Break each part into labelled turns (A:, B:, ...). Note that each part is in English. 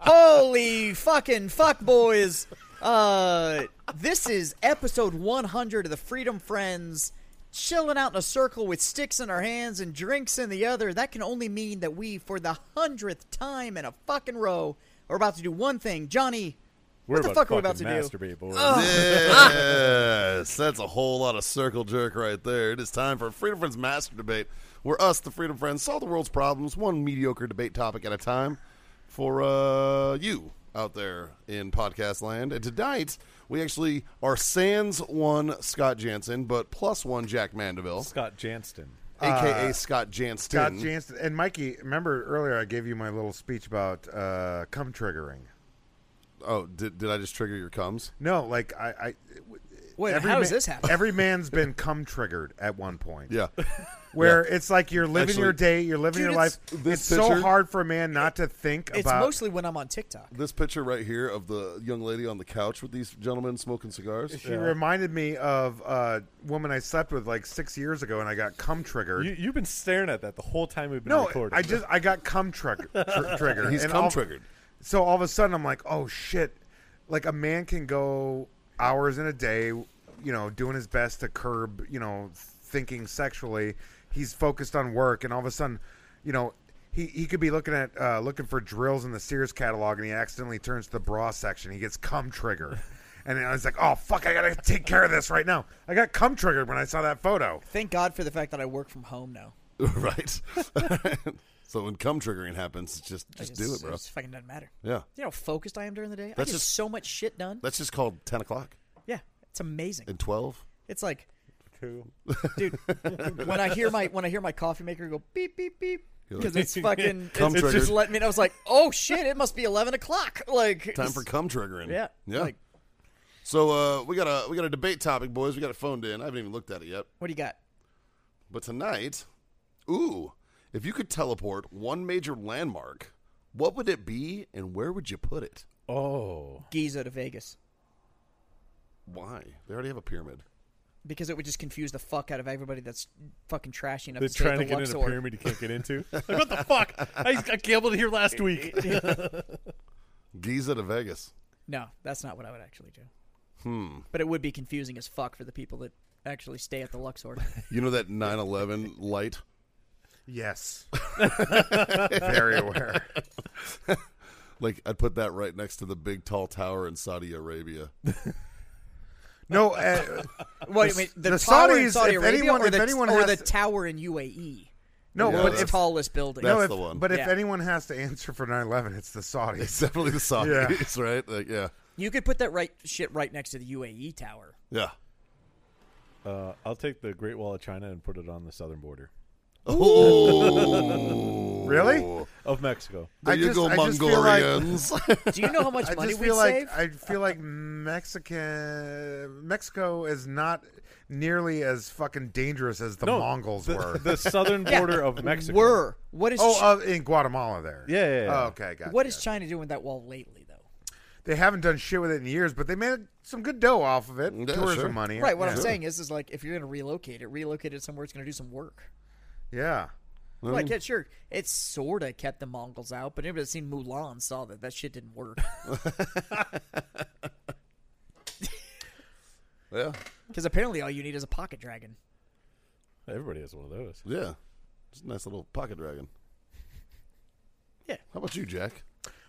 A: Holy fucking fuck, boys! Uh, this is episode 100 of the Freedom Friends. Chilling out in a circle with sticks in our hands and drinks in the other, that can only mean that we, for the hundredth time in a fucking row, are about to do one thing. Johnny,
B: We're
A: what the fuck are we about to do?
B: masturbate, boys.
C: Yes, that's a whole lot of circle jerk right there. It is time for Freedom Friends Master Debate, where us, the Freedom Friends, solve the world's problems one mediocre debate topic at a time for uh, you out there in podcast land. And tonight, we actually are sans one Scott Jansen, but plus one Jack Mandeville,
B: Scott Janston.
C: aka Scott Jansen.
D: Scott Jansen and Mikey. Remember earlier I gave you my little speech about uh, cum triggering.
C: Oh, did, did I just trigger your cums?
D: No, like I. I
A: Wait,
D: every
A: how does
D: ma-
A: this happen?
D: Every man's been cum triggered at one point.
C: Yeah.
D: where it's like you're living
C: Actually,
D: your day, you're living
A: dude,
D: your life.
A: it's-
D: It's,
C: this
D: so
C: picture-
D: hard for a man not to think
A: It's
D: about.
A: mostly when I'm on TikTok.
C: this picture right here of the young lady on the couch with these gentlemen smoking cigars.
D: she reminded me of a woman I slept with like six years ago, and I got cum triggered.
B: You, you've been staring at that the whole time we've been
D: no,
B: recording.
D: I just I got cum trigger, tr- triggered.
C: He's
D: and
C: cum
D: all-
C: triggered.
D: So all of a sudden, I'm like, oh shit! Like a man can go hours in a day, you know, doing his best to curb, you know, thinking sexually. He's focused on work, and all of a sudden, you know, he, he could be looking at uh, looking for drills in the Sears catalog, and he accidentally turns to the bra section. He gets cum triggered, and I was like, oh fuck, I gotta take care of this right now. I got cum triggered when I saw that photo.
A: Thank God for the fact that I work from home now.
C: right? so when cum triggering happens, it's just just do it, bro.
A: It just fucking doesn't matter.
C: Yeah,
A: You know how focused I am during the day?
C: That's
A: I get
C: just-
A: so much shit done.
C: that's just called ten o'clock
A: Yeah, it's amazing.
C: and twelve.
A: It's like,
B: Cool.
A: dude, when I hear my when I hear my coffee maker go beep beep beep
C: You're
A: because
C: like,
A: it's fucking
C: Cum
A: it's, it's just
C: triggered.
A: letting me. know. I was like, oh shit, it must be eleven o'clock. Like
C: Time for cum triggering.
A: yeah,
C: yeah.
A: Like,
C: so uh, we got a we got a debate topic, boys. We got it phoned in. I haven't even looked at it yet.
A: what do you got?
C: But tonight, ooh, if you could teleport one major landmark, what would it be, and where would you put it?
B: Oh,
A: Giza to Vegas
C: Why? They already have a pyramid.
A: because it would just confuse the fuck out of everybody that's fucking trashy enough
B: they're
A: to stay at
B: trying
A: the
B: to get in a
A: Luxor.
B: pyramid you can't get into. Like, what the fuck? I, I gambled here last week.
C: Giza to Vegas.
A: No, that's not what I would actually do. Hmm. But it would be confusing as fuck for the people that actually stay at the Luxor.
C: You know that 9/11 light?
D: Yes, very aware.
C: Like I'd put that right next to the big tall tower in Saudi Arabia.
D: No, uh,
A: Wait, wait, the,
D: the
A: tower in
D: Saudis,
A: Saudi
D: if
A: Arabia
D: anyone-
A: or
D: if
A: the,
D: anyone
A: or
D: has
A: the
D: to-
A: tower in UAE?
D: no,
C: Yeah,
A: the
D: but
C: that's-
D: if
A: tallest building.
C: that's
D: no, if,
C: the one.
D: But if
A: Yeah.
D: anyone has to answer for 9/11, it's the Saudis.
C: It's definitely the Saudis, right? Like, yeah,
A: You could put that right shit right next to the UAE tower.
C: yeah.
B: Uh, I'll take the Great Wall of China and put it on the southern border
C: Oh,
D: Really?
B: of Mexico.
C: There
D: I
C: you
D: just-
C: go,
D: I just feel like-
C: Mongolians.
A: Do you know how much
D: I
A: money
D: just
A: we
D: feel like
A: save?
D: I feel like Mexican Mexico is not nearly as fucking dangerous as the
B: No,
D: Mongols
B: the,
D: were.
B: the southern
A: Yeah.
B: border of Mexico.
A: Were what is Chi-
D: oh, uh, in Guatemala there.
B: Yeah, yeah, yeah.
D: Oh, okay, gotcha.
A: what is China doing with that wall lately though?
D: They haven't done shit with it in years, but they made some good dough off of it.
C: Yeah,
D: Tourism
C: sure.
D: money.
A: Right. What
D: yeah.
A: I'm saying is, is like if you're gonna relocate it, relocate it somewhere it's gonna do some work.
D: Yeah.
C: Mm-hmm.
A: Like, yeah, sure, it sorta kept the Mongols out, but anybody that's seen Mulan saw that that shit didn't work
C: yeah,
A: because apparently all you need is a pocket dragon.
B: Everybody has one of those.
C: yeah. Just a nice little pocket dragon.
A: Yeah.
C: How about you, Jack?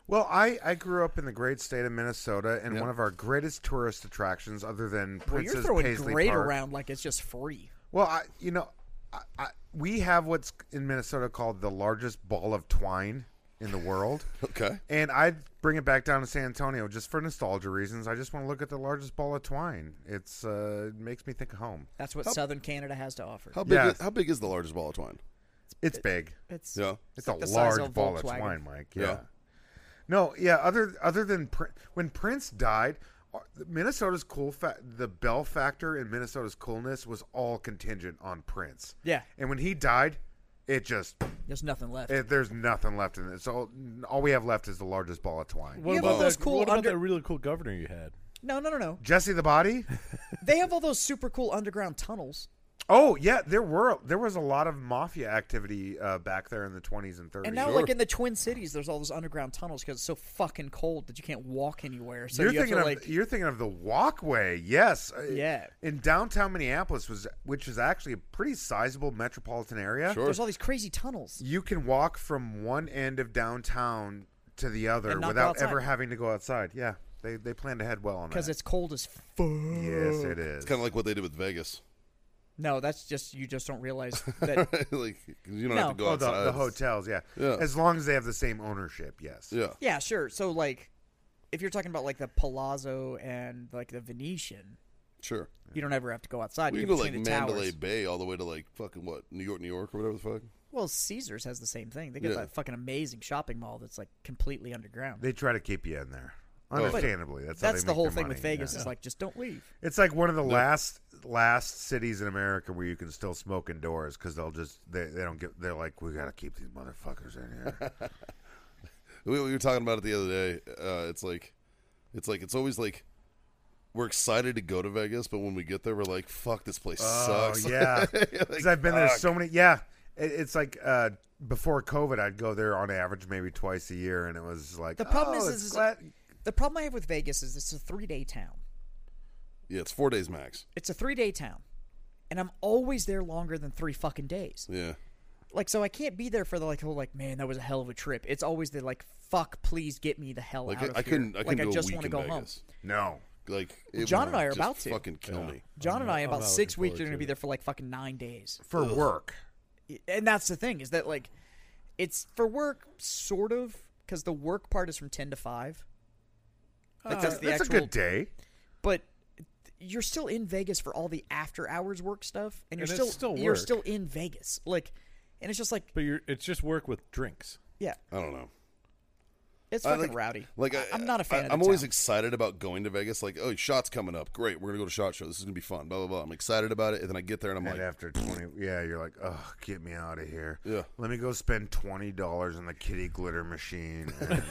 D: Well, I, I grew up in the great state of Minnesota, and
C: Yeah.
D: one of our greatest tourist attractions, other than
A: Well, you're
D: Princess
A: throwing
D: Paisley
A: great
D: Park,
A: around like it's just free.
D: Well, I, you know, I, I, we have what's in Minnesota called the largest ball of twine in the world.
C: Okay.
D: And I'd bring it back down to San Antonio just for nostalgia reasons. I just want to look at the largest ball of twine. It's uh, it makes me think of home.
A: That's what Southern Canada has to offer.
C: How big?
D: Yes.
C: Is, how big is the largest ball of twine?
D: It's big.
A: It's
C: Yeah.
D: It's a
A: like the size
D: large
A: of a
D: ball of
A: Volkswagen.
D: twine, Mike.
C: Yeah.
D: Yeah. No, yeah. Other other than Prin- when Prince died, uh, Minnesota's cool fa- the Bell factor in Minnesota's coolness was all contingent on Prince.
A: Yeah.
D: and when he died, it just
A: There's nothing left.
D: it, there's nothing left in it. So all we have left is the largest ball of twine.
B: What
A: You have all
B: about
A: those
B: that,
A: cool
B: What about
A: under-
B: that really cool governor you had?
A: no, no, no, no.
D: Jesse the Body.
A: They have all those super cool underground tunnels.
D: Oh yeah, there were there was a lot of mafia activity uh, back there in the 20s and 30s.
A: And now, like in the Twin Cities, there's all those underground tunnels because it's so fucking cold that you can't walk anywhere. So
D: you're
A: you have
D: thinking
A: to
D: of
A: like,
D: you're thinking of the walkway, yes, Uh,
A: Yeah.
D: In downtown Minneapolis was which is actually a pretty sizable metropolitan area.
C: Sure.
A: there's all these crazy tunnels.
D: You can walk from one end of downtown to the other
A: And not go
D: without
A: outside.
D: ever having to go outside. Yeah, they they planned ahead well on that.
A: Because it's cold as fuck.
D: yes, it is.
C: It's kind of like what they did with Vegas.
A: No, that's just you just don't realize that.
C: like 'cause you don't
A: No.
C: have to go
D: oh, the,
C: outside.
D: the hotels, yeah.
C: Yeah.
D: As long as they have the same ownership, yes.
C: Yeah.
A: yeah, sure. So like, if you're talking about like the Palazzo and like the Venetian,
C: Sure.
A: you don't ever have to go outside.
C: We
A: You
C: can
A: go
C: go like
A: between the
C: Mandalay
A: towers.
C: Bay all the way to like fucking what New York, New York, or whatever the fuck.
A: Well, Caesars has the same thing. They got
C: Yeah.
A: that fucking amazing shopping mall that's like completely underground.
D: They try to keep you in there.
C: But
D: Understandably, that's how
A: that's
D: they
A: the
D: make
A: whole
D: their
A: thing
D: money,
A: with Vegas
D: yeah.
A: is like just don't leave.
D: It's like one of the last last cities in America where you can still smoke indoors because they'll just they, they don't get they're like we gotta keep these motherfuckers in here.
C: We, we were talking about it the other day. Uh, it's like, it's like it's always like we're excited to go to Vegas, but when we get there, we're like, "Fuck, this place
D: oh
C: sucks."
D: yeah, because
C: Like,
D: I've been there
C: fuck.
D: so many. Yeah, it, it's like uh, before COVID, I'd go there on average maybe twice a year, and it was like
A: The problem
D: oh,
A: is-
D: it's
A: is- is-
D: glad-
A: The problem I have with Vegas is it's a three day town.
C: yeah, it's four days max.
A: It's a three day town, and I'm always there longer than three fucking days.
C: Yeah,
A: Like, so I can't be there for the like whole like man that was a hell of a trip. It's always the like fuck, please get me the hell
C: like
A: Oh,
C: I,
A: out of
C: I
A: here.
C: couldn't. I
A: like
C: couldn't
A: I
C: do
A: just
C: a week
A: wanna
C: in
A: go home.
C: Vegas.
D: no.
C: Like it
A: John
C: would
A: and I are
C: just
A: about to.
C: fucking kill me.
A: John and I, in
B: I'm
A: about
B: not
A: six
B: looking
A: weeks,
B: forward
A: are going to be
B: to it.
A: there for like fucking nine days.
D: For work,
A: And that's the thing is that like, it's for work, sort of, because the work part is from ten to five.
B: Uh,
A: Like, that's the
D: that's
A: actual,
D: a good day.
A: but you're still in Vegas for all the after hours work stuff, and you're
B: And it's
A: still,
B: still
A: you're
B: work.
A: still in Vegas. Like, and it's just like,
B: But you're, it's just work with drinks.
A: yeah,
C: I don't know.
A: it's
C: I
A: fucking
C: Uh, like-
A: rowdy.
C: Like
A: I,
C: I,
A: am not a fan.
C: I,
A: of the
C: am always
A: town.
C: excited about going to Vegas. Like, oh, shots coming up. Great, we're gonna go to shot show. This is gonna be fun. Blah blah blah. I'm excited about it, and then I get there and I'm
D: And
C: like,
D: after twenty, yeah, you're like, oh, get me out of here.
C: Yeah.
D: Let me go spend twenty dollars on the kitty glitter machine. and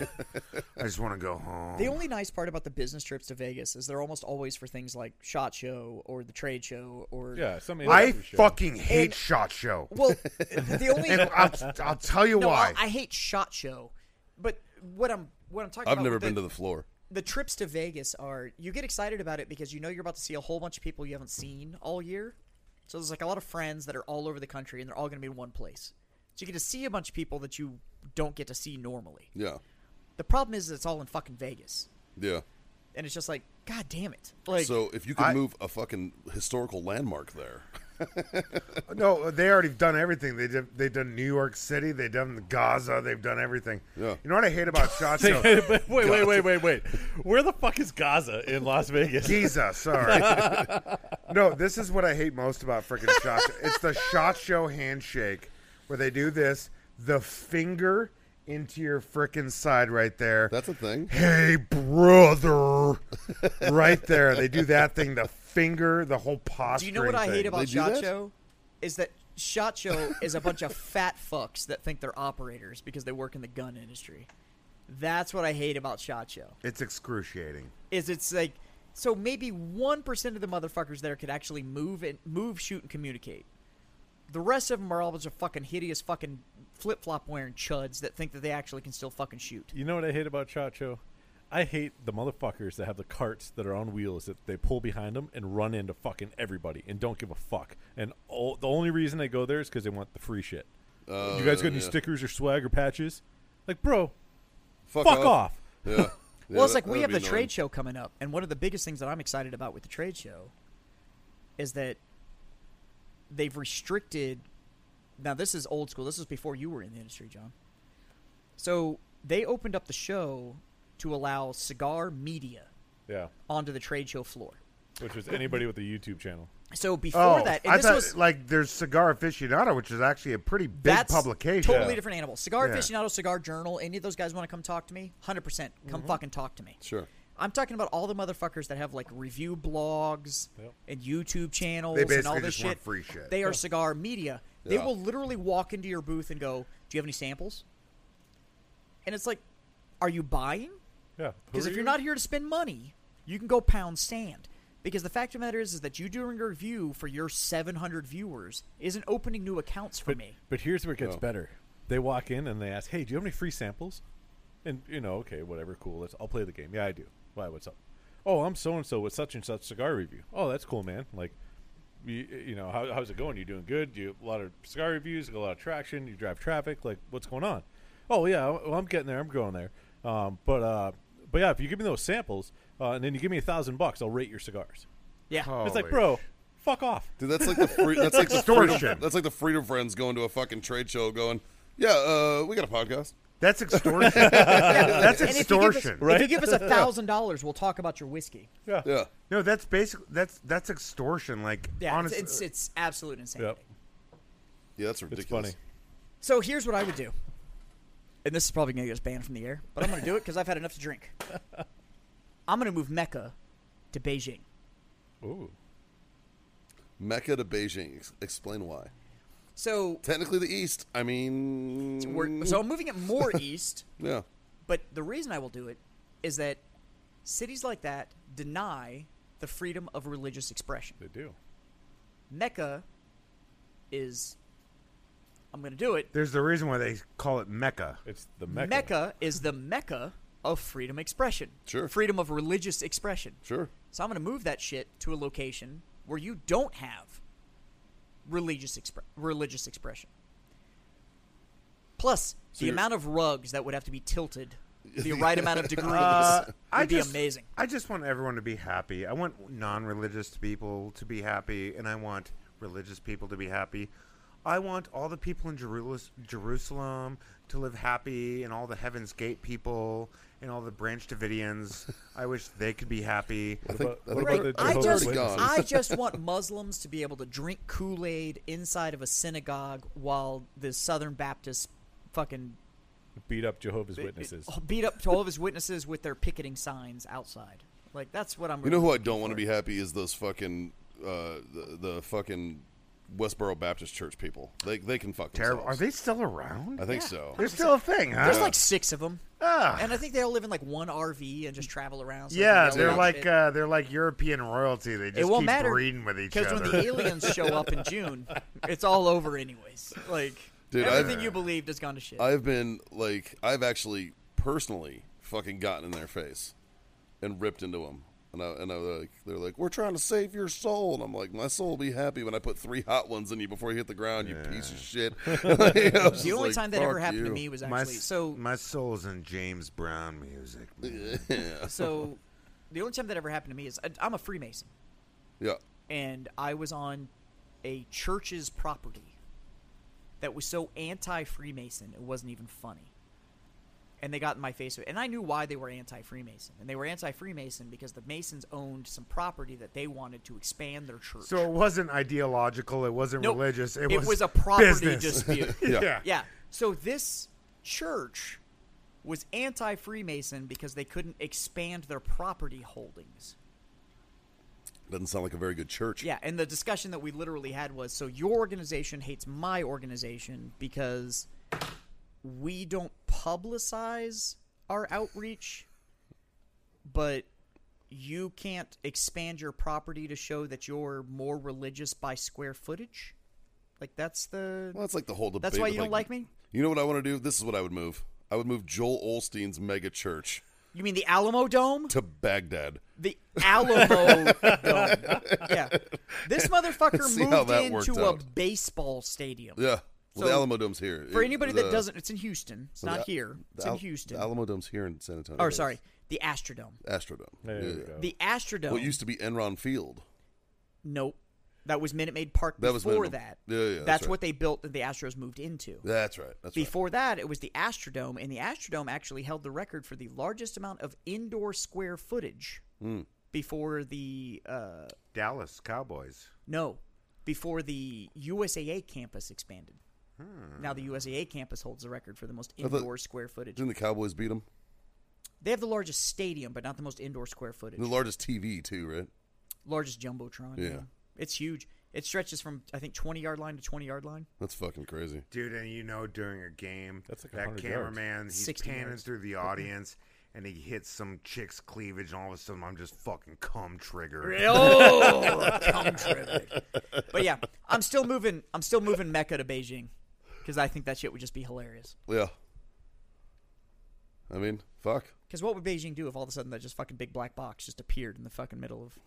D: I just want to go home.
A: The only nice part about the business trips to Vegas is they're almost always for things like shot show or the trade show or
B: Yeah, some
D: I
B: industry show.
D: fucking hate
A: And-
D: shot show.
A: Well, the only
D: And I'll, I'll tell you
A: no,
D: why.
A: I, I hate shot show, but what I'm what I'm talking
C: I've
A: about.
C: never
A: with
C: been to the floor.
A: the trips to Vegas are you get excited about it because you know you're about to see a whole bunch of people you haven't seen all year. So there's like a lot of friends that are all over the country and they're all going to be in one place. So you get to see a bunch of people that you don't get to see normally.
C: Yeah,
A: The problem is it's all in fucking Vegas,
C: yeah.
A: and it's just like, god damn it! Like,
C: so if you could
D: I-
C: move a fucking historical landmark there,
D: no, they already done everything. They did, they've done New York City. They've done Gaza. They've done everything.
C: Yeah.
D: You know what I hate about shot show?
B: wait, wait, wait, wait, wait, wait. Where the fuck is Gaza in Las Vegas?
D: Giza, sorry. no, this is what I hate most about freaking shot show. It's the shot show handshake where they do this, the finger into your freaking side right there.
C: that's a thing.
D: hey brother right there they do that thing the finger the whole posture
A: do you know what I hate
C: They do
A: about shot
C: that?
A: show? Is that shot show is a bunch of fat fucks that think they're operators because they work in the gun industry. That's what I hate about shot show.
D: it's excruciating
A: is it's like so maybe one percent of the motherfuckers there could actually move and move, shoot, and communicate. The rest of them are all a bunch of fucking hideous fucking flip flop wearing chuds that think that they actually can still fucking shoot.
B: You know what I hate about Shot Show? I hate the motherfuckers that have the carts that are on wheels that they pull behind them and run into fucking everybody and don't give a fuck. And all, the only reason they go there is because they want the free shit.
C: Uh,
B: you guys got any
C: yeah.
B: stickers or swag or patches? Like, bro,
C: Fuck,
B: fuck off.
C: Yeah. Yeah,
A: well, it's
C: that-
A: like we
C: that'd
A: have
C: be
A: the
C: annoying.
A: trade show coming up, and one of the biggest things that I'm excited about with the trade show is that they've restricted. Now, this is old school. This is before you were in the industry, John. So they opened up the show to allow cigar media
B: Yeah,
A: onto the trade show floor.
B: which was anybody with a YouTube channel.
A: So before
D: Oh,
A: that, and
D: I
A: this
D: thought
A: was
D: like there's Cigar Aficionado, which is actually a pretty big
A: that's
D: publication.
A: Totally different animal. Cigar
D: Yeah.
A: aficionado, cigar journal. Any of those guys want to come talk to me? Hundred percent. Come
D: Mm-hmm.
A: fucking talk to me.
C: Sure.
A: I'm talking about all the motherfuckers that have like review blogs and YouTube channels
D: They
A: and all
D: basically
A: this
D: just
A: shit.
D: want free shit.
A: They are cigar media. They
C: Yeah.
A: will literally walk into your booth and go, "Do you have any samples?" And it's like, "Are you buying?"
B: Yeah.
A: Because
B: Who
A: if
B: are
A: you're
B: you?
A: not here to spend money, you can go pound sand. Because the fact of the matter is, is that you doing a review for your 700 viewers isn't opening new accounts for
B: But,
A: me.
B: but here's where it gets
C: No.
B: better. They walk in and they ask, "Hey, do you have any free samples?" And you know, okay, whatever, cool. Let's. I'll play the game. Yeah, I do. Why? What's up? Oh, I'm so and so with such and such cigar review. Oh, that's cool, man. Like, you, you know, how, how's it going? You doing good? You a lot of cigar reviews, got a lot of traction. You drive traffic. Like, what's going on? Oh yeah, well, I'm getting there. I'm going there. Um, but uh, but yeah, if you give me those samples uh, and then you give me a thousand bucks, I'll rate your cigars.
A: Yeah.
D: Oh.
B: it's like,
D: Holy
B: bro, fuck off.
C: Dude, that's like the free, that's like the
D: Store
C: freedom,
D: shit.
C: that's like the freedom friends going to a fucking trade show, going, yeah, uh, we got a podcast.
D: That's extortion. that's
A: And if you give us-
D: extortion.
A: If you give us a thousand dollars, we'll talk about your whiskey.
C: Yeah,
D: No, that's basically that's that's extortion. Like
A: Yeah,
D: honestly,
A: it's, it's it's absolute insanity.
B: Yep,
C: yeah, that's
B: it's
C: ridiculous.
B: funny.
A: So here's what I would do, and this is probably gonna get us banned from the air, but I'm gonna do it because I've had enough to drink. I'm gonna move Mecca to Beijing.
B: Ooh.
C: Mecca to Beijing. Ex- explain why.
A: So
C: Technically the East. I mean,
A: we're so I'm moving it more east.
C: yeah,
A: But the reason I will do it is that cities like that deny the freedom of religious expression.
B: They do.
A: Mecca is. I'm going to do it.
D: there's the reason why they call it Mecca.
B: It's the
A: Mecca.
B: Mecca.
A: is the Mecca of freedom expression.
C: Sure.
A: Freedom of religious expression.
C: sure.
A: So I'm going to move that shit to a location where you don't have religious expre- religious expression. Plus, the
C: you're-
A: amount of rugs that would have to be tilted the right amount of degrees
D: Uh,
A: would
D: I
A: be
D: just,
A: amazing.
D: I just want everyone to be happy. I want non-religious people to be happy, and I want religious people to be happy. I want all the people in Jerus- Jerusalem to live happy, and all the Heaven's Gate people, and all the Branch Davidians. I wish they could be happy.
C: I think,
B: about-
C: I think
B: what about
C: that-
B: the
A: I
B: Jehovah's
A: just,
C: already gone.
A: I just want Muslims to be able to drink Kool Aid inside of a synagogue while the Southern Baptists fucking
B: beat up Jehovah's Witnesses.
A: beat up all of his witnesses with their picketing signs outside. Like that's what I'm.
C: you know
A: really
C: who I
A: looking
C: don't want
A: for.
C: to be happy is those fucking uh, the, the fucking Westboro Baptist Church people. They they can fuck
D: Terrible. Are
C: themselves.
D: they still around?
C: I think so.
D: They're still a thing, huh?
A: There's like six of them,
D: Ah.
A: and I think they all live in like one RV and just travel around. so they
D: Yeah,
A: can yell
D: they're
A: at
D: like
A: shit.
D: uh, they're like European royalty. They just
A: it won't
D: keep
A: matter
D: breeding with each other.
A: when the aliens show up in June, it's all over anyways. Like
C: Dude, I've-
A: everything you believed has gone to shit.
C: I've been like I've actually personally fucking gotten in their face and ripped into them. And I, and I was like, they're like, we're trying to save your soul, and I'm like, my soul will be happy when I put three hot ones in you before you hit the ground, you piece of shit. the
A: the only time that ever happened to me was actually
D: my, s-
A: so
D: my soul's in James Brown music. man.
A: so the only time that ever happened to me is I, I'm a Freemason
C: yeah,
A: and I was on a church's property that was so anti-Freemason it wasn't even funny. And they got in my face with- and I knew why they were anti-Freemason. And they were anti-Freemason because the Masons owned some property that they wanted to expand their church.
D: So it wasn't ideological. It wasn't
A: Nope.
D: religious. It, was,
A: a property
D: business.
A: dispute.
C: yeah,
D: Yeah.
A: Yeah. So this church was anti Freemason because they couldn't expand their property holdings.
C: Doesn't sound like a very good church.
A: Yeah. And the discussion that we literally had was so your organization hates my organization because we don't publicize our outreach, but you can't expand your property to show that you're more religious by square footage. Like that's the
C: Well, that's like the whole debate.
A: That's why
C: with,
A: you don't like me?
C: You know what I want to do? This is what I would move. I would move Joel Olstein's mega church
A: You mean the Alamo Dome?
C: to Baghdad.
A: The Alamo Dome. Yeah. This motherfucker
C: See how
A: moved
C: that worked
A: into a
C: out.
A: baseball stadium.
C: Yeah. Well,
A: So,
C: the Alamo Dome's here.
A: For anybody that
C: The-
A: doesn't, it's in Houston. It's
C: the-
A: not here. It's
C: the
A: in
C: Al-
A: Houston.
C: The Alamo Dome's here in San Antonio.
A: or
C: That's
A: sorry, the Astrodome.
C: Astrodome.
B: There
C: Yeah.
B: we go.
A: The Astrodome.
C: What used to be Enron Field.
A: nope. That was Minute Maid Park
C: That was
A: before
C: Minute-
A: that.
C: Yeah, yeah,
A: that's
C: that's right.
A: what they built that the Astros moved into.
C: That's right. That's right.
A: Before that, it was the Astrodome,
C: Hmm.
A: and the Astrodome actually held the record for the largest amount of indoor square footage before the uh,
D: Dallas Cowboys.
A: no, before the USAA campus expanded. Now the USAA campus holds the record for the most
C: Hmm. thought-
A: indoor square footage.
C: Didn't the Cowboys beat them?
A: They have the largest stadium, but not the most indoor square footage.
C: The largest TV too, right?
A: largest jumbotron.
C: Yeah.
A: it's huge. It stretches from I think twenty yard line to twenty yard line.
C: That's fucking crazy.
D: Dude, and you know during a game,
B: That's like
D: that
B: 100
D: cameraman, he's
A: 60
D: panning
A: yards.
D: through the audience, and he hits some chick's cleavage, and all of a sudden I'm just fucking cum triggered.
A: Oh, cum triggered. But yeah, I'm still moving. I'm still moving Mecca to Beijing because I think that shit would just be hilarious.
C: Yeah. I mean, fuck.
A: Because what would Beijing do if all of a sudden that just fucking big black box just appeared in the fucking middle of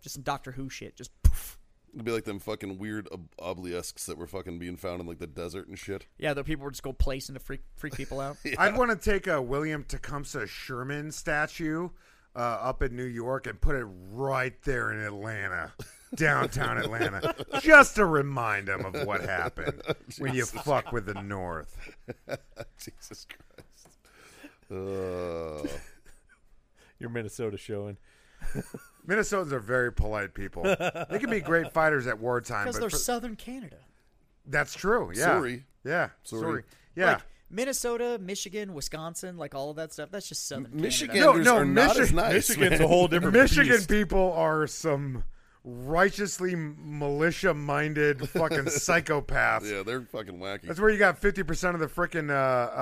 A: just some Doctor Who shit? Just poof.
C: It'd be like them fucking weird ob- obelisks that were fucking being found in like the desert and shit.
A: yeah, the people would just go place and to freak freak people out.
D: I'd want to take a William Tecumseh Sherman statue uh, up in New York and put it right there in Atlanta, downtown Atlanta, just to remind them of what happened when you fuck with the North.
C: Jesus Christ. Uh,
B: Your Minnesota showing.
D: Minnesotans are very polite people. They can be great fighters at wartime,
A: Because
D: but
A: they're
D: for-
A: Southern Canada.
D: that's true. Yeah.
C: Sorry.
D: Yeah.
C: Sorry.
D: Sorry. Yeah.
A: Like Minnesota, Michigan, Wisconsin, like all of that stuff. That's just Southern
C: Michigan
A: Canada.
D: No, no,
C: are not as
D: Michi-
C: nice.
B: Michigan's
C: man.
B: a whole different
D: Michigan
B: beast.
D: people are some righteously militia minded fucking psychopaths.
C: Yeah, they're fucking wacky.
D: That's where you got 50% of the frickin' uh, uh,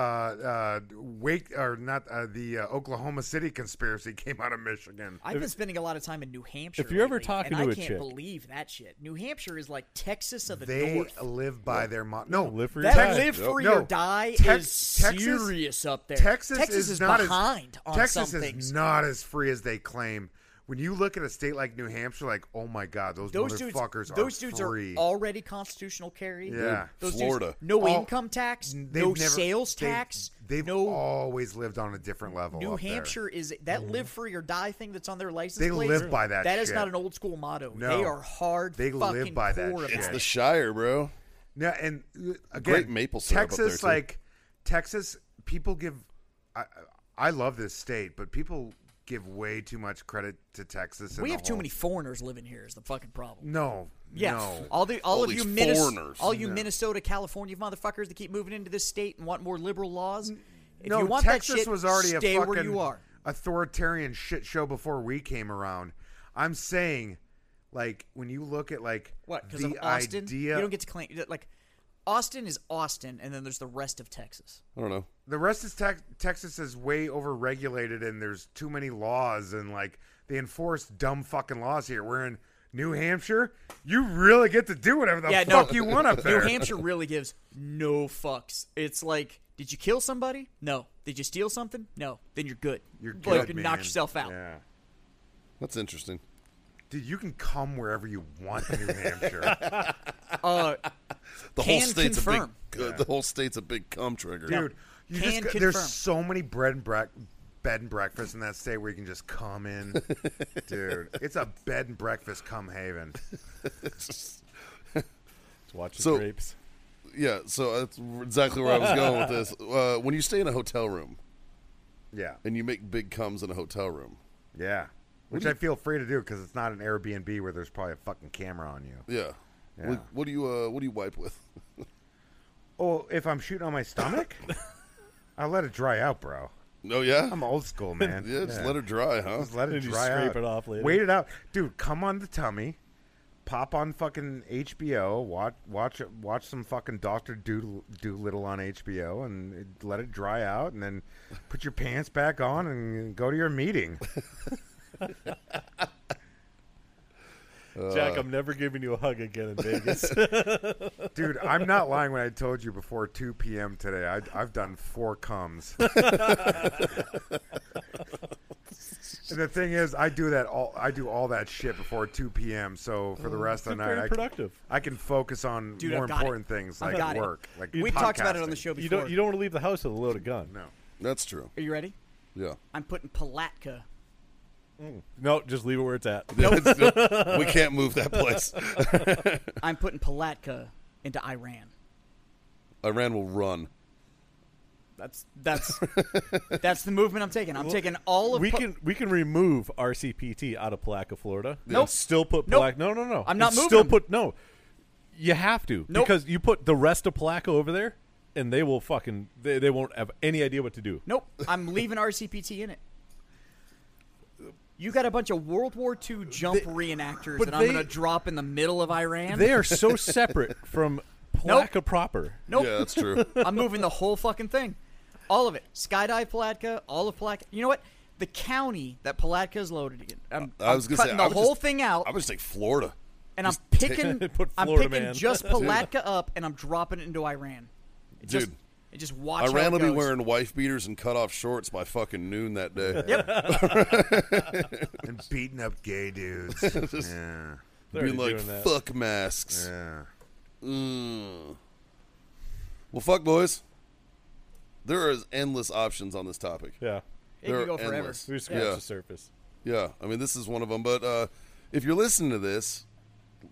D: uh, Wake, or not, uh, the uh, Oklahoma City conspiracy came out of Michigan.
A: I've been spending a lot of time in New Hampshire.
B: if you're ever
A: lately,
B: talking
A: and
B: to
A: I
B: a
A: can't
B: chick-
A: believe that shit. New Hampshire is like Texas of the
D: They
A: North.
D: live by their motto. No,
B: Live free or
A: That
B: die.
A: live
C: Yep.
A: free
D: No,
A: or die
D: Tex-
A: is
D: Texas-
A: serious up there.
D: Texas,
A: Texas
D: is, not
A: behind
D: as,
A: on
D: Texas
A: some
D: is
A: things.
D: not as free as they claim. When you look at a state like New Hampshire, like, oh my god, those,
A: those dudes,
D: motherfuckers
A: those
D: are
A: dudes
D: free.
A: are already constitutional carry.
D: Yeah.
A: those dudes-
C: Florida.
A: no
D: All-
A: income tax,
D: They've
A: no
D: never-
A: sales
D: they've-
A: tax,
D: They've
A: no.
D: always lived on a different level.
A: New
D: up there. Mm-hmm.
A: Hampshire is that live free or die thing that's on their license.
D: They
A: plates,
D: live by that
A: That is
D: shit.
A: not an old school motto.
D: No.
A: They are hard.
D: They live
A: fucking
D: by that
A: core
D: shit.
A: about
D: It's
C: It's
A: it.
C: the Shire, bro.
D: Yeah, and uh, again,
C: Great maple syrup up
D: Texas,
C: there, too.
D: like Texas, people give. I, I love this state, but people give way too much credit to Texas. and
A: we
D: the
A: have too
D: whole-
A: many foreigners living here. Is the fucking problem.
D: No,
A: Yeah,
D: no.
A: all the all,
C: All
A: of you
C: these
A: Minnes-
C: foreigners.
A: all you Minnesota, California motherfuckers that keep moving into this state and want more liberal laws. If
D: no,
A: you want
D: Texas
A: that shit,
D: was already
A: stay
D: a fucking
A: where you are.
D: authoritarian shit show before we came around. I'm saying, like, when you look at like
A: What? Because
D: the
A: of Austin,
D: idea,
A: you don't get to claim like Austin is Austin, and then there's the rest of Texas.
C: I don't know.
D: the rest is tex- Texas is way overregulated and there's too many laws and like they enforce dumb fucking laws here. We're in New Hampshire. You really get to do whatever the
A: Yeah, no.
D: fuck you want up
A: New
D: there.
A: Hampshire really gives no fucks. It's like, did you kill somebody? No. Did you steal something? No. Then you're good.
D: You're
A: Like,
D: good,
A: you
D: man.
A: knock yourself out.
D: Yeah.
C: That's interesting.
D: Dude, you can come wherever you want in New Hampshire.
A: Uh,
C: The whole
A: Can
C: state's
A: confirm.
C: a big. Uh, The whole state's a big cum trigger.
D: Dude, you
A: Can
D: just got- there's
A: confirm.
D: so many bread and break bed and breakfast in that state where you can just come in. Dude, it's a bed and breakfast come haven.
B: Watch the
C: So-
B: grapes.
C: Yeah. So that's exactly where I was going with this. Uh, when you stay in a hotel room
D: Yeah.
C: and you make big cums in a hotel room.
D: Yeah. Which I feel free to do because it's not an Airbnb where there's probably a fucking camera on you.
C: Yeah.
D: Yeah.
C: What, what do you uh, What do you wipe with?
D: Oh, if I'm shooting on my stomach, I'll let it dry out, bro.
C: Oh yeah.
D: I'm old school, man.
C: yeah. Just let her dry, huh?
D: Just let it
B: Then you
D: dry
B: scrape
D: out.
B: it off later.
D: Wait it out, dude. Come on the tummy. Pop on fucking HBO. Watch watch watch some fucking Doctor Doolittle on HBO and it- let it dry out, and then put your pants back on and go to your meeting.
A: uh,
B: Jack, I'm never giving you a hug again in Vegas.
D: Dude, I'm not lying when I told you before 2 p.m. today. I, I've done four comes. and the thing is, I do that all. I do all that shit before 2 p.m. So
B: Oh,
D: for the rest of the night,
B: very
D: I, c-
B: productive.
D: I can focus on
A: Dude,
D: more
A: I've got
D: important
A: it.
D: things
A: I've
D: like
A: got it.
D: work. Like
A: we talked about it on the
D: podcasting.
A: show before.
B: you don't. You don't want to leave the house with a loaded gun.
D: No,
C: That's true.
A: Are you ready?
C: Yeah.
A: I'm putting Palatka.
B: No, just leave it where it's at.
C: we can't move that place.
A: I'm putting Palatka into Iran.
C: Iran will run.
A: That's that's that's the movement I'm taking. I'm taking all of.
B: we
A: pu-
B: can we can remove RCPT out of Palaca, Florida. and
A: Nope.
B: Still put
A: Nope.
B: Palaca. No, no, no.
A: I'm not
B: And
A: moving
B: Still
A: them.
B: put no. You have to
A: Nope.
B: because you put the rest of Palaca over there, and they will fucking they, they won't have any idea what to do.
A: Nope, I'm leaving RCPT in it. You got a bunch of World War II jump reenactors
B: but
A: that I'm
B: they-
A: going to drop in the middle of Iran.
B: They are so separate from
A: Nope.
B: Palaca proper.
A: nope,
C: Yeah, that's true.
A: I'm moving the whole fucking thing. All of it. Skydive Palatka, all of Palatka. You know what? The county that Palatka is loaded in.
B: Uh,
A: I'm,
C: I was gonna
A: I'm cutting
C: say I
A: the
C: would
A: whole
C: just-
A: thing out,
C: I would just take Florida.
A: and I'm picking.
B: Put
A: I'm
B: Florida
A: picking
B: man.
A: just Palatka up, and I'm dropping it into Iran. It just,
C: Dude.
A: it just watch. how it
C: Iran will be
A: goes.
C: wearing wife beaters and cut off shorts by fucking noon that day.
D: and beating up gay dudes. yeah,
B: They're
C: Being
B: already
C: like
B: doing that.
C: fuck masks.
D: yeah.
C: Mm. Well, fuck boys. There is endless options on this topic.
B: Yeah,
A: It can
C: They're
A: go forever.
C: endless.
B: we scratched
C: Yeah.
B: the surface.
C: Yeah, I mean, this is one of them. But uh, if you're listening to this,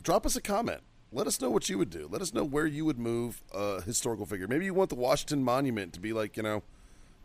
C: drop us a comment. Let us know what you would do. Let us know where you would move a historical figure. Maybe you want the Washington Monument to be like, you know,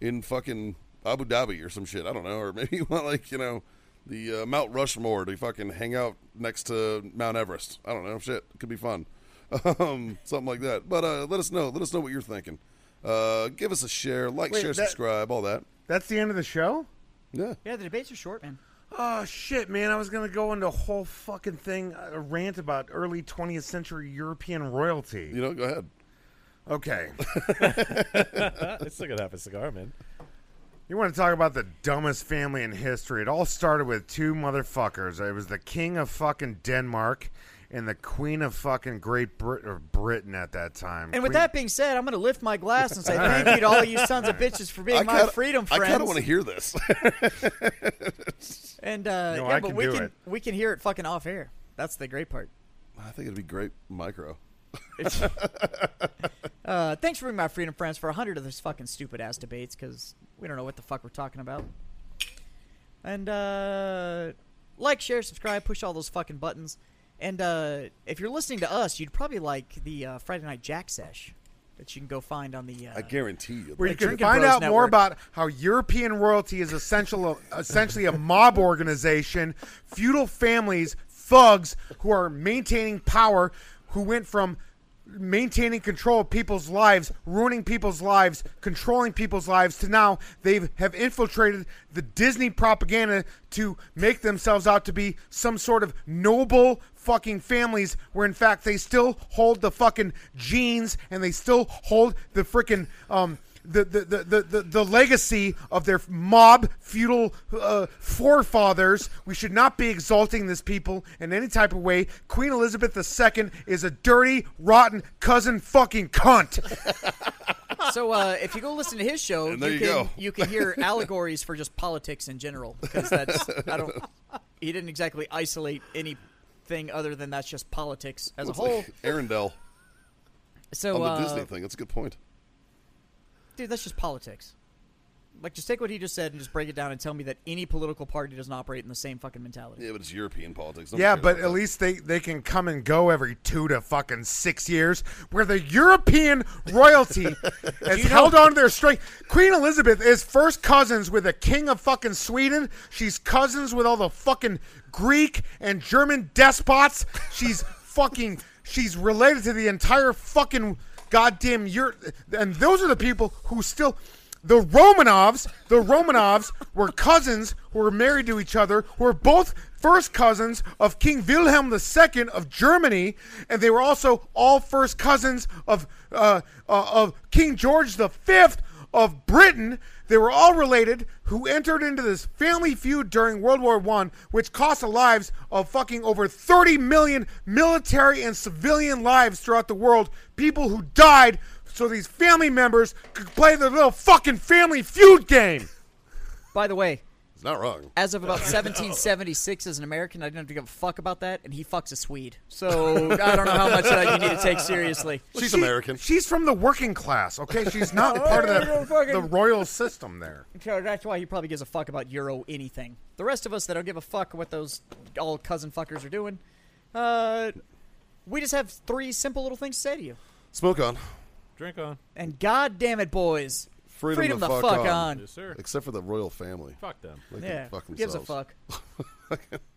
C: in fucking Abu Dhabi or some shit. I don't know. Or maybe you want like, you know, the uh, Mount Rushmore to fucking hang out next to Mount Everest. I don't know. Shit, it could be fun. Um, something like that. But uh, let us know. Let us know what you're thinking. Uh, give us a share, like,
D: Wait,
C: share,
D: that-
C: subscribe, all that.
D: That's the end of the show.
C: Yeah.
A: Yeah, the debates are short, man.
D: Oh shit, man! I was gonna go into a whole fucking thing, uh, a rant about early 20th century European royalty.
C: You know, go ahead.
D: Okay,
B: I still got half a cigar, man.
D: you want to talk about the dumbest family in history? It all started with two motherfuckers. It was the king of fucking Denmark and the queen of fucking Great Brit- or Britain at that time.
A: And with
D: Queen-
A: that being said, I'm going to lift my glass and say thank you to all you sons of bitches for being my
C: kinda-
A: freedom
C: I
A: friends.
C: kind of want to hear this.
A: And uh,
D: No,
A: yeah,
D: I
A: but
D: can
A: we
D: do
A: can
D: it.
A: we can hear it fucking off air. That's the great part.
C: I think it'd be great micro.
A: Uh, thanks for being my freedom friends for a hundred of those fucking stupid ass debates because we don't know what the fuck we're talking about. And uh, like, share, subscribe, push all those fucking buttons. And uh, if you're listening to us, you'd probably like the uh, Friday Night Jack Sesh that you can go find on the. Uh,
C: I guarantee you.
D: where you
C: like,
D: can
A: Drinking
D: find
A: Bros
D: out more
A: Network.
D: about how European royalty is essential, essentially a mob organization, feudal families, thugs who are maintaining power, who went from maintaining control of people's lives, ruining people's lives, controlling people's lives, to now they have infiltrated the Disney propaganda to make themselves out to be some sort of noble fucking families where in fact they still hold the fucking genes and they still hold the freaking um the, the, the, the, the, the legacy of their mob feudal uh, forefathers. We should not be exalting this people in any type of way. Queen Elizabeth II is a dirty, rotten cousin fucking cunt.
A: So uh, if you go listen to his show,
C: And there you
A: can
C: go.
A: you can hear allegories for just politics in general because that's I don't he didn't exactly isolate anything other than that's just politics as a
C: it's
A: whole.
C: like Arendelle
A: So
C: on the
A: uh,
C: Disney thing. That's a good point.
A: dude, that's just politics. Like just take what he just said and just break it down and tell me that any political party doesn't operate in the same fucking mentality.
C: Yeah, but it's European politics. Nobody
D: Yeah,
C: cares
D: but
C: about
D: at
C: that.
D: least they, they can come and go every two to fucking six years, where the European royalty has held on to their strength. Queen Elizabeth is first cousins with the king of fucking Sweden. She's cousins with all the fucking Greek and German despots. She's fucking. She's related to the entire fucking goddamn Europe, and those are the people who still. The Romanovs, the Romanovs were cousins who were married to each other, who were both first cousins of King Wilhelm II of Germany, and they were also all first cousins of uh, uh, of King George V of Britain. They were all related, who entered into this family feud during World War One, which cost the lives of fucking over 30 million military and civilian lives throughout the world. People who died so these family members could play their little fucking family feud game.
A: By the way,
C: it's not wrong.
A: as of about 1776 as an American, I didn't have to give a fuck about that, and he fucks a Swede. So I don't know how much uh, you need to take seriously.
C: She's
D: She-
C: American.
D: She's from the working class, okay? She's not part of the, the royal system there.
A: So that's why he probably gives a fuck about Euro anything. The rest of us that don't give a fuck what those all cousin fuckers are doing, uh, we just have three simple little things to say to you.
C: Smoke on.
B: Drink on.
A: And god damn it, boys,
C: Freedom,
A: Freedom
C: the,
A: the
C: fuck,
A: fuck
C: on.
A: on.
B: Yes, sir.
C: Except for the royal family.
B: Fuck them.
C: They can
A: Yeah.
C: fuck
A: Gives a
C: themselves.
A: fuck.